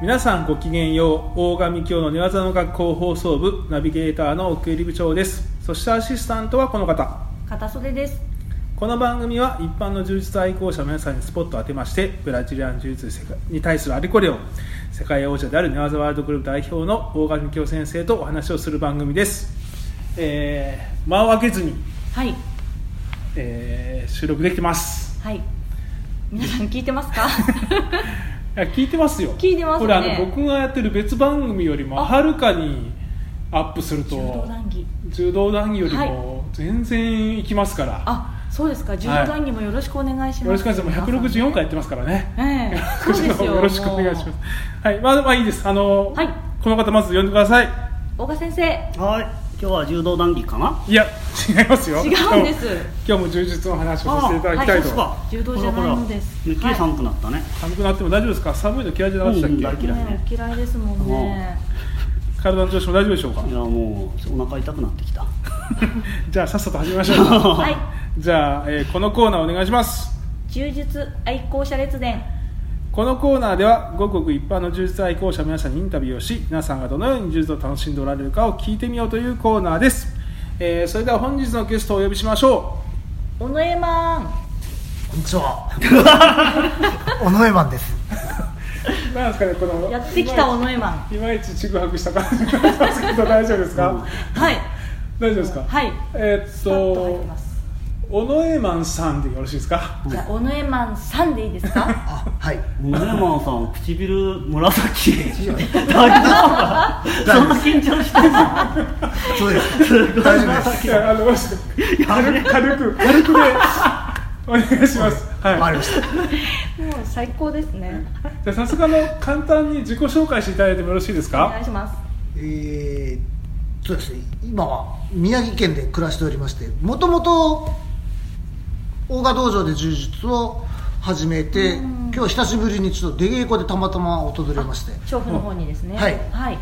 皆さんごきげんよう大神教の寝技の学校放送部ナビゲーターの奥入部長ですそしてアシスタントはこの方片袖ですこの番組は一般の柔術愛好者の皆さんにスポットを当てましてブラジリアン柔術に対するあれこれを世界王者である寝技ワールドグループ代表の大神京先生とお話をする番組です、えー間を空けずに、はいえー収録できてますはい皆さん聞いてますかいや聞いてますよ聞いてますこねれあの僕がやってる別番組よりもあはるかにアップすると柔道談義柔道談義よりも全然いきますから、あそうですか柔道談義もよろしくお願いします、よろしくお願いします164回やってますからねええそうです よよろしくお願いしますもう。はい、まあ、まあ、いいです。あの、はいこの方まず呼んでください。大賀先生はい、今日は柔道談義かないや、違いますよ。違うんです 今日も。今日も充実の話をさせていただきたいと。あは柔道じゃないのですほらほらめっきり寒くなったね、寒くなっても大丈夫ですか。寒いの嫌いじゃなかったっうん大け。嫌いねねお嫌いですもんね体の調子も大丈夫でしょうかい、。やもうお腹痛くなってきたじゃあ、さっさと始めましょう か。はいじゃあ、えーこのコーナーお願いします。柔術愛好者列伝このコーナーではごくごく一般の柔術愛好者の皆さんにインタビューをし皆さんがどのように柔術を楽しんでおられるかを聞いてみようというコーナーです、えーそれでは本日のゲストをお呼びしましょ小野江マンこんにちは。尾上マンです。うなんですかねこのやってきた小野江マンいまいちちぐはぐした感じがしますけど大丈夫ですか、うんはい大丈夫ですか、はいえーっスパッと入っとてます尾上マンさんでよろしいですかじゃあ小野江マンさんでいいです かあ、はい。宗山さん唇 紫大丈夫かそんな緊張してるそうです。大丈夫で す。いやあの軽く軽く軽くでお願いしますはい、わかりました。もう最高ですねじゃあ早速あの簡単に自己紹介していただいてもよろしいですおか願いしますえー、そうですね。今は宮城県で暮らしておりまして、もともと大賀道場で柔術を始めて、今日久しぶりにちょっと出稽古でたまたま訪れまして、調布の方にですねはいはい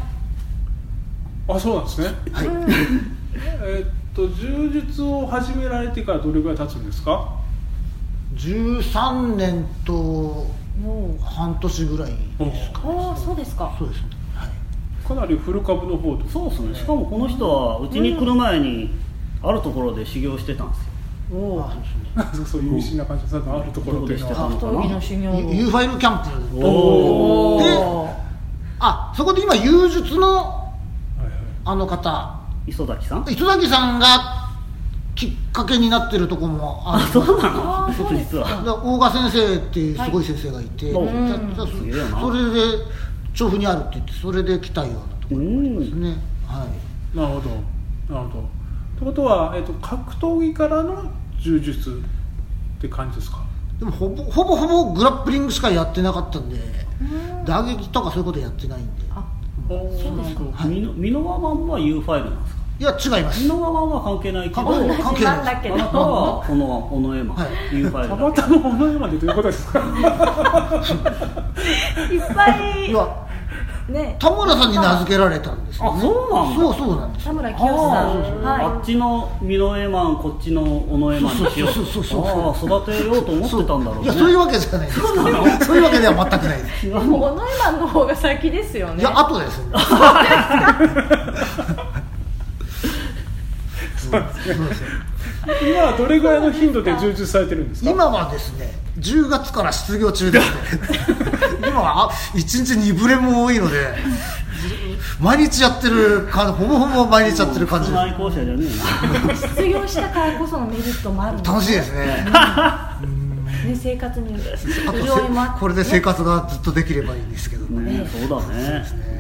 あそうなんですねはい。えーっと柔術を始められてからどれぐらい経つんですか13年ともう半年ぐらいですか。ああそうですかそうですね。はい。かなり古株の方とそうですねしかもこの人はうちに来る前にあるところで修行してたんですよおお。そうですね。なんかそう いう意味深な感じがさあるところっていうの どこでしたはか格闘技の修行を U ファイルキャンプ。おおーあそこで今柔術のはいはいあの方磯崎さん磯崎さんがきっかけになってるとこもああるそうなあのーそうです実はだから大賀先生っていうすごい先生がいて、はいうだんだそすげえなそれで調布にあるって言ってそれで来たようなとうころですんね、はいなるほどなるほどってことは、えーっと格闘技からの柔術って感じですかでもほぼほぼほぼグラップリングしかやってなかったんで打撃とかそういうことやってないんであそうですか美濃美濃和版は U ファイルなんですかいや違いま美す濃和版は関係ないけど関係ない同じなんだけどあなたはこの小野絵馬は U ファイルただまたまお前までということですか いっぱいいやね田村さんに名付けられたんですよ、ね、あそうなんだそうそうなんです田よ村清さんあーあはっちのミノエマンこっちのオノエマンにしようそうそうそうそうあー育てようと思ってたんだろういやそういねうわけじゃないですからそういうわけでは全くないですいもう小野井マンの方が先ですよいねや後ですねそうですね今はどれぐらいの頻度で柔術されてるんですか今はですね10月から失業中ですね今はあ1日2ブレも多いので毎日やってるかほぼほぼ毎日やってる感じで室内校舎じゃね失業したからこそのメリットもあるんす楽しいですねいね生活にあと潤いもあって せこれで生活がずっとできればいいんですけどえねなねそうだね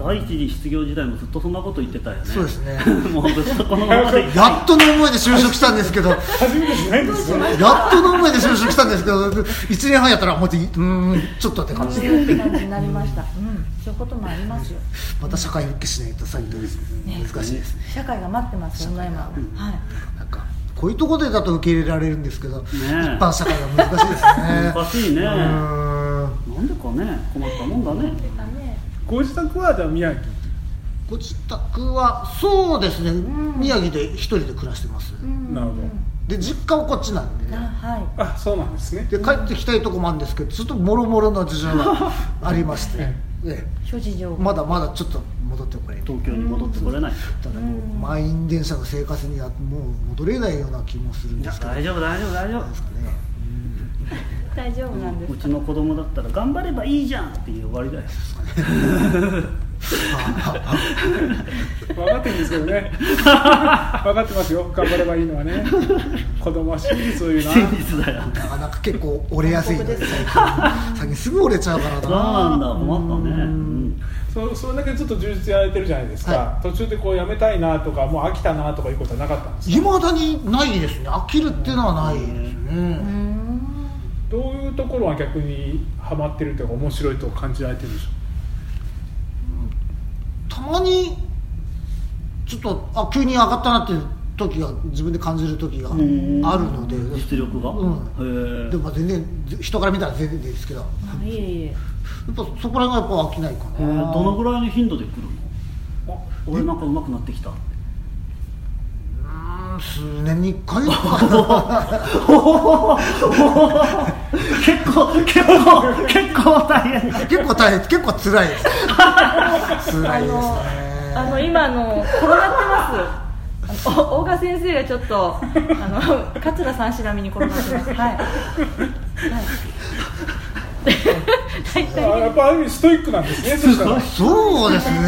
第一次失業時代もずっとそんなこと言ってたよねそうですねもうずっとこのままでいやっとの思いで就職したんですけど初めてじゃないんですよねやっとの思いで就職したんですけど1年半やったらもうちょっとうーんちょっとって感じでうんって感じになりましたうんそういうこともありますよまた社会復帰しないと最近ですね難しいですね社会が待ってます小野井マンははいなんかこういうところでだと受け入れられるんですけど、一般社会は難しいですね難しいねうなんーんでかね困ったもんだなんかねねご自宅はじゃあ宮城ご自宅はそうですね、ん宮城で一人で暮らしてます、うんなるほどで実家はこっちなんであねはいあそうなんですねで帰ってきたいとこもあるんですけどちょっともろもろの事情がありましてえ諸事情え、がまだまだちょっと戻ってこれ東京に戻ってこれない、ただもううん満員電車の生活にはもう戻れないような気もするんいでやすけど大丈夫大丈夫大丈どうですかね大丈夫なんです夫うかちの子供だったら頑張ればいいじゃんっていう終わりだよ分かってるんですけど ね分かってますよ頑張ればいいのはね子供は真実を言うな真実だよなかなか結構折れやすいので残酷です最近最近すぐ折れちゃうからそうなんなだ困ったねうんそそれだけずっと充実やられてるじゃないですか、は途中でこうやめたいなとかもう飽きたなとかいうことはなかったんですいまだにないですね飽きるっていうのはないでうすーねんどういうところは逆にハマってるというか面白いと感じられてるんでしょたまにちょっとあ急に上がったなっていう時が自分で感じる時があるので実力が、うんへえでもまあ全然人から見たら全然ですけどやあいえいえっぱそこら辺がやっぱ飽きないかえなーどのぐらいの頻度で来るの俺なんか上手くなってきたうーん数年に1回とか結構結構結構大変だ結構大変結構辛い です辛いですねあの今あの転がってますあのお大賀先生がちょっとあの桂さんしらみに転がってますはい、はい、あや大体っぱある意味ストイックなんですねそしたらそうですね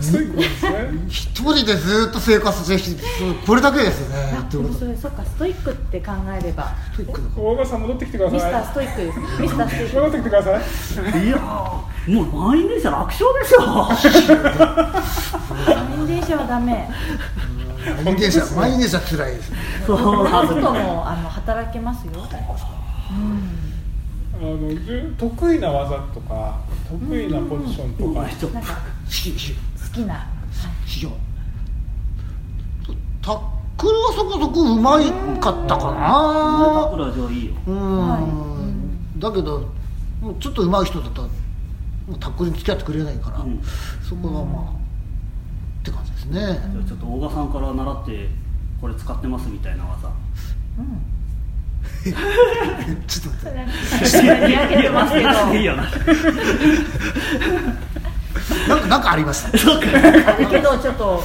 ストイックなんですね一人でずっと生活してきてこれだけですねあでというもことそれそっかストイックって考えればストイックだから大川さん戻ってきてくだミスターさストイックですミスタースいトイ戻ッっクてきてくださいいやーもう満員電車楽勝でしょ満員電車はダ メ満員電車満員電車辛いですねそうホなスんトだもあの働けますよあのじゅ得意な技とか得意なポジションとうかわちょっとなんかひひ好きな、はいひよタックルはそこそこうまかっタたかクなラじゃいいようーはいうんだけどもうちょっとうまい人だったらもうタックルに付き合ってくれないから、うんそこはまあって感じですね、じゃあちょっと大賀さんから習ってこれ使ってますみたいな技うんちょっと待ってそれなんか見上げてますけどいいよななんかなんかありましたあるけどちょっと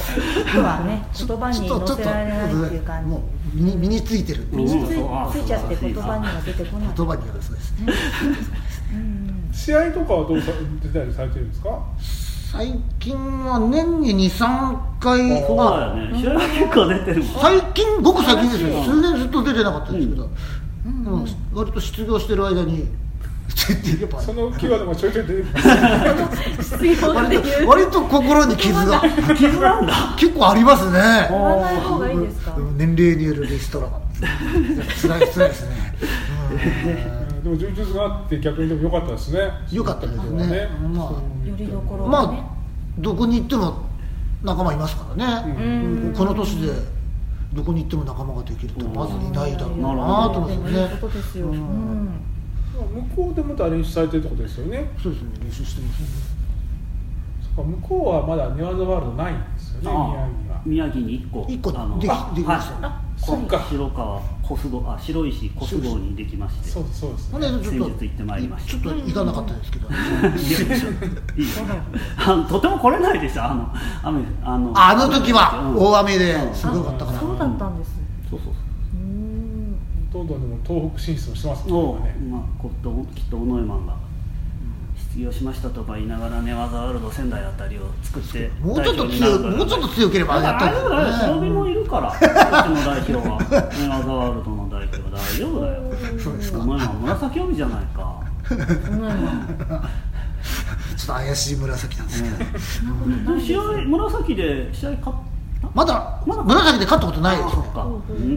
僕はねちょ言葉に載せられないっていう感もじう身に身についてるう言身につうんあいついちゃってそう言葉には出てこない、葉にはそうですねうん試合とかはどうさ出たりされてるんですか最近は年に23回そうだよね試合が結構出てるもんあ最近ごく最近ですようん数年ずっと出てなかったんですけど、うんでも割と失業してる間にやっぱそのキーワードもちょいちょい出てきます必要ってい割うと割と心に傷が傷なんだ結構ありますね 言わない方がいいですかうん年齢によるリストラ辛い辛いですね、でも充実があって逆にでも良かったですねうん、よかったですそうねいうところはまよりどこあ、ろまがね、あどこに行っても仲間いますからね、うんこの年でどこに行っても仲間ができるってまずいないだろうなと思でうんもいですよいねことですよ、ううんん向こうでまた練習されてるってことですよねそうですね練習してますねそっか向こうはまだ寝技ワールドないんですよね宮城は宮城に1個一個あのできできましたはいそっか白川小須郷あ白石小須郷にできましてそうそうですこねれちょっと先日行ってまいりましたちょっと行かなかったですけど、いやちょっといいよあのとても来れないでしょあの雨あのあの時はうん大雨ですごかったかあら、そうだったんですそうそううんどんどんでも東北進出をしてますそうもんねまあ、こっときっと尾上マンが失業しましたとか言いながら寝技ワールド仙台あたりを作ってもうちょっと強いもうちょっと強ければあやった大丈夫だよ忍んびでもいるからこっちの代表は寝技ワールドの代表は大丈夫だよそうですかお前は紫帯じゃないかすねちょっと怪しい紫なんですけど、で試合紫で試合勝ったまだまだ紫で勝ったことないですそねっか、ううんん、うん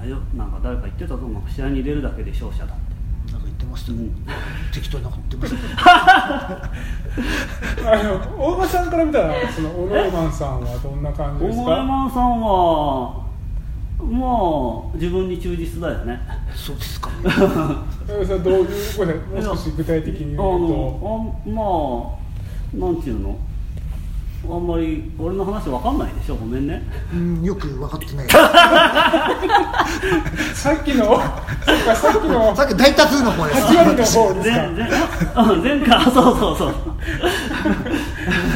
大丈夫なんか誰か言ってたと思う試合に出るだけで勝者だってなんか言ってましたね、うん適当なこと言ってましたねあの大場さんから見たらそのオノーマンさんはどんな感じ大です山かさんはまあ自分に忠実だよねそうですかね大場さんどういうごめんなさいもう少し具体的に言うあとのあまあなんていうのあんまり俺の話わかんないでしょごめんねうんよく分かってないさっきのそうかさっきのさっき大多数の方 です8割の方前ですか前うん前回 あそうそうそう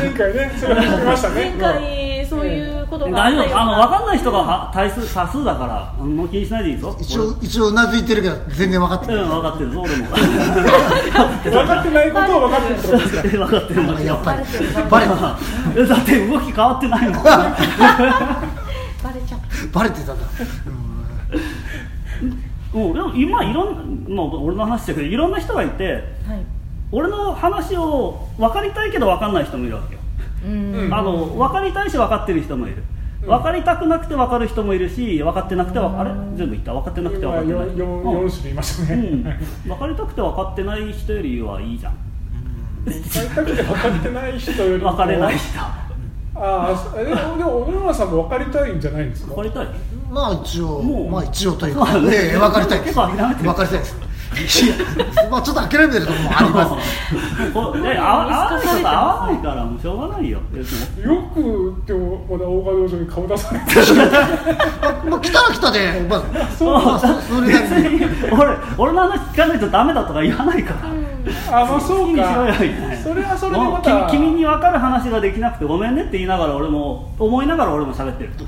前回ねそれ聞きましたね前回そういうことがあ大ったよう丈夫なあの分かんない人がは多数多数だからあの気にしないでいいぞ一応一応うなずいてるけど全然分かって俺なうんい分かってるぞ俺も分 かってないことを分かってるってことですか分かってるなんかやっぱりババレレてるてたえ だって動き変わってないもん バレちゃったバレてたんだ、うん、でも今いろんな、まあ、俺の話だけどいろんな人がいてはい俺の話を分かりたいけど分かんない人もいるわけよ、うんうんあの分かりたいし分かってる人もいるうん分かりたくなくて分かる人もいるし分かってなくてわあれ全部言った分かってなくて分今かってない4うん種類いましたうねん、分かりたくて分かってない人よりはいいじゃん会いたくて分かってない人よりも分かれない人ああそえでもでも小野村さんも分かりたいんじゃないんですか分かり たいうんまあ一応もうまあ一応というまあか、ねええ、分かりたいです結構諦めてる分かりたいですいやまあちょっと諦めてるところもあ りますこうえ合わ合わない人と合わないからもうしょうがないよ別によくでもまだ大川道場に顔出さない まあ来たら来たで、まあ、そうまあそそ れなりに俺俺の話聞かないとダメだとか言わないから、あまあそ好きうにしろかよみたいなそれはそれでまたもう君君に分かる話ができなくてごめんねって言いながら俺も思いながら俺も喋ってるそ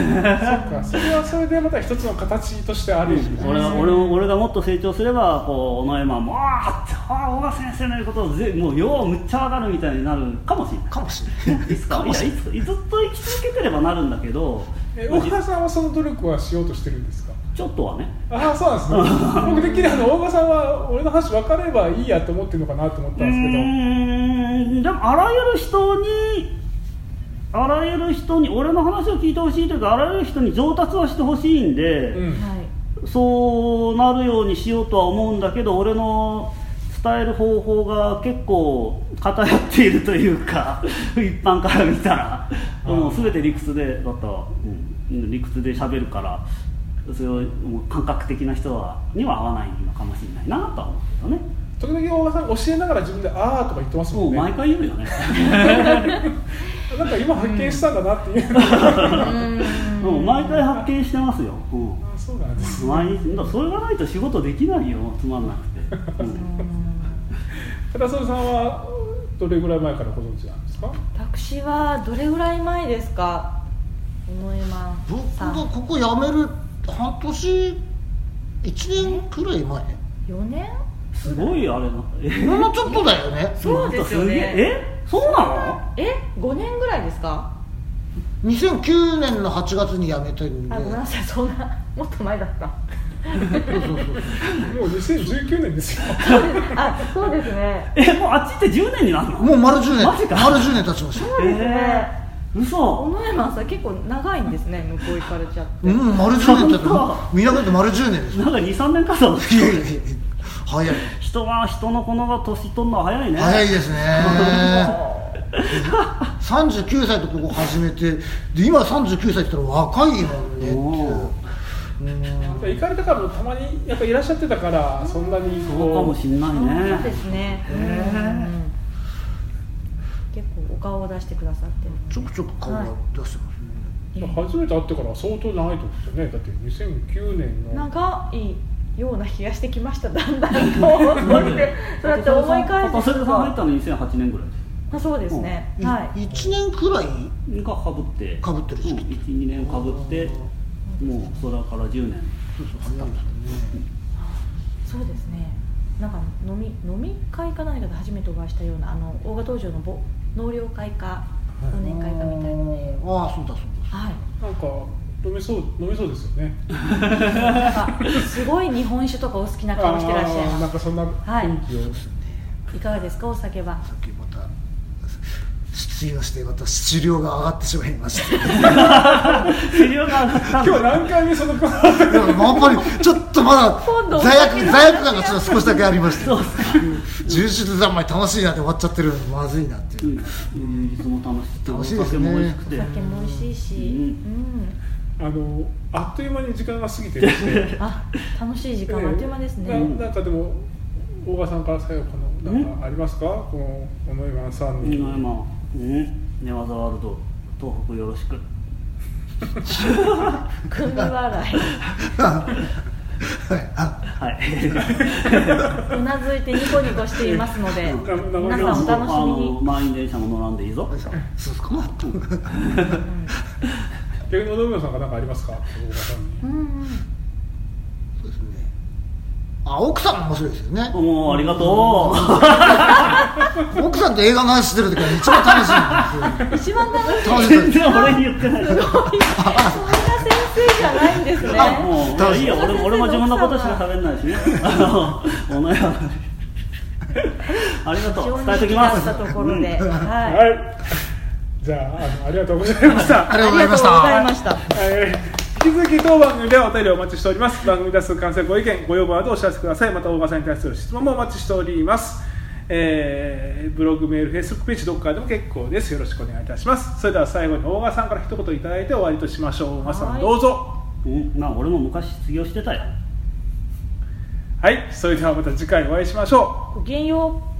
っかそれはそれでまた一つの形としてある意味ね俺は俺も俺がもっと成長すればこうお前ももうあーあー小川先生の言うことをぜもうようむっちゃ分かるみたいになるかもしれないかもしれないいつかいやいつずっと生き続けてればなるんだけどえ大川さんはその努力はしようとしてるんです かちょっとはねああそうなんですね僕的にあの大川さんは俺の話分かればいいやと思ってるのかなと思ったんですけどうーんでもあらゆる人にあらゆる人に俺の話を聞いてほしいというかあらゆる人に上達はしてほしいんで、うんはいそうなるようにしようとは思うんだけど俺の伝える方法が結構偏っているというか 一般から見たらもう全て理屈でだったわ、うん、理屈で喋るからそれをもう感覚的な人はには合わないのかもしれないなとは思うけどね時々大川さん教えながら自分で「ああ」とか言ってますももうんね毎回言うよねなんか今発見したんだなっていう、もう毎回発見してますよ、うんあそうなんです毎日だからそれがないと仕事できないよつまんなくて、うん 高曽さんはどれぐらい前からご存知なんですか私はどれぐらい前ですか思いま僕すがここ辞める半年1年くらい前4年すごいあれなえほんのちょっとだよねそうですよなんかげねええそうなのえ5年ぐらいですか2009年の8月に辞めてるんであごめんなさいそんな もっと前だ ったもう2019年ですよあそうですねえもうあっちって10年になるのもう丸10年マジか丸10年経ちましたそうですね、えー、嘘小野山さん結構長いんですね向こう行かれちゃって、うん丸10年経って本見なくて丸10年ですなんか23年かと思って いやいやいや早い人は人のこのが年取るのは早いね早いですね 39歳とここ始めてで今39歳って言ったら若いもんねっていう行かれたからもたまにやっぱいらっしゃってたからそんなにそうかこもうしんないねそうですね、うん結構お顔を出してくださってるちょくちょく顔が出してますね、初めて会ってから相当長いってことですよねだって2009年の長いような気がしてきましただんだんこうそう してそうやって思い返そすれでさん入ったの2008年ぐらいあそうですね、いはい1年くらいがかぶって被ってうるん、12年かぶってもうそれから10年そう そう早いですねそうですねなんか飲み飲み会か何かで初めてお会いしたようなあの大賀道場のぼ納涼会か忘年会かみたいなねああそうだそうはいなんか飲みそう飲みそうですよねなんかすごい日本酒とかお好きな顔してらっしゃあいーなんまかそんな雰囲気を、すいかがですかお酒はださっきまた失業してまた質量が上がってしまいまして資料が上がった今日何回目そのでもやっぱりちょっとま今度だお罪酒悪の話罪悪感がちょっと少しだけありましてそうっすか充実三昧楽しいなって終わっちゃってるのにまずいなっていううん充実も楽しくて楽しいですねお酒も美味しくおて酒も美味しいし、うあのあっという間に時間が過ぎてましてうん、あ楽しい時間はあっという間ですね、ななんかでも大川さんから最後このなんかありますかこの小野山さんうんに今うん寝技ワールド東北よろしく組笑はいあはいいうなずいてニコニコしていますので中村皆さんお楽しみあのに満員電車も乗らんでいいぞそうですか 逆に小野宮さんが何かありますか大岡さんにうんうんそうですねあ奥さんも面白いですよねもうありがと奥さんと映画の話してる時が一番楽しいんですよ一番長い楽うしい全然俺に言ってないすごいそんな先生じゃないんですねあもういいよ俺も俺も自分のことしか喋喋んないしねあのお前はありがとう伝えときますたところで、うんはいはい じゃああのありがとうございましたありがとうございましありがとうございたましたえー引き続き当番組ではお便りをお待ちしております番組に出す感想やご意見ご要望などお知らせくださいまた大場さんに対する質問もお待ちしております、えーブログメールフェイスブックページどこからでも結構ですよろしくお願いいたしますそれでは最後に大場さんから一言いただいて終わりとしましょう大場さはんいどうぞうんまあ俺も昔失業してたよはいそれではまた次回お会いしましょうごきげんよう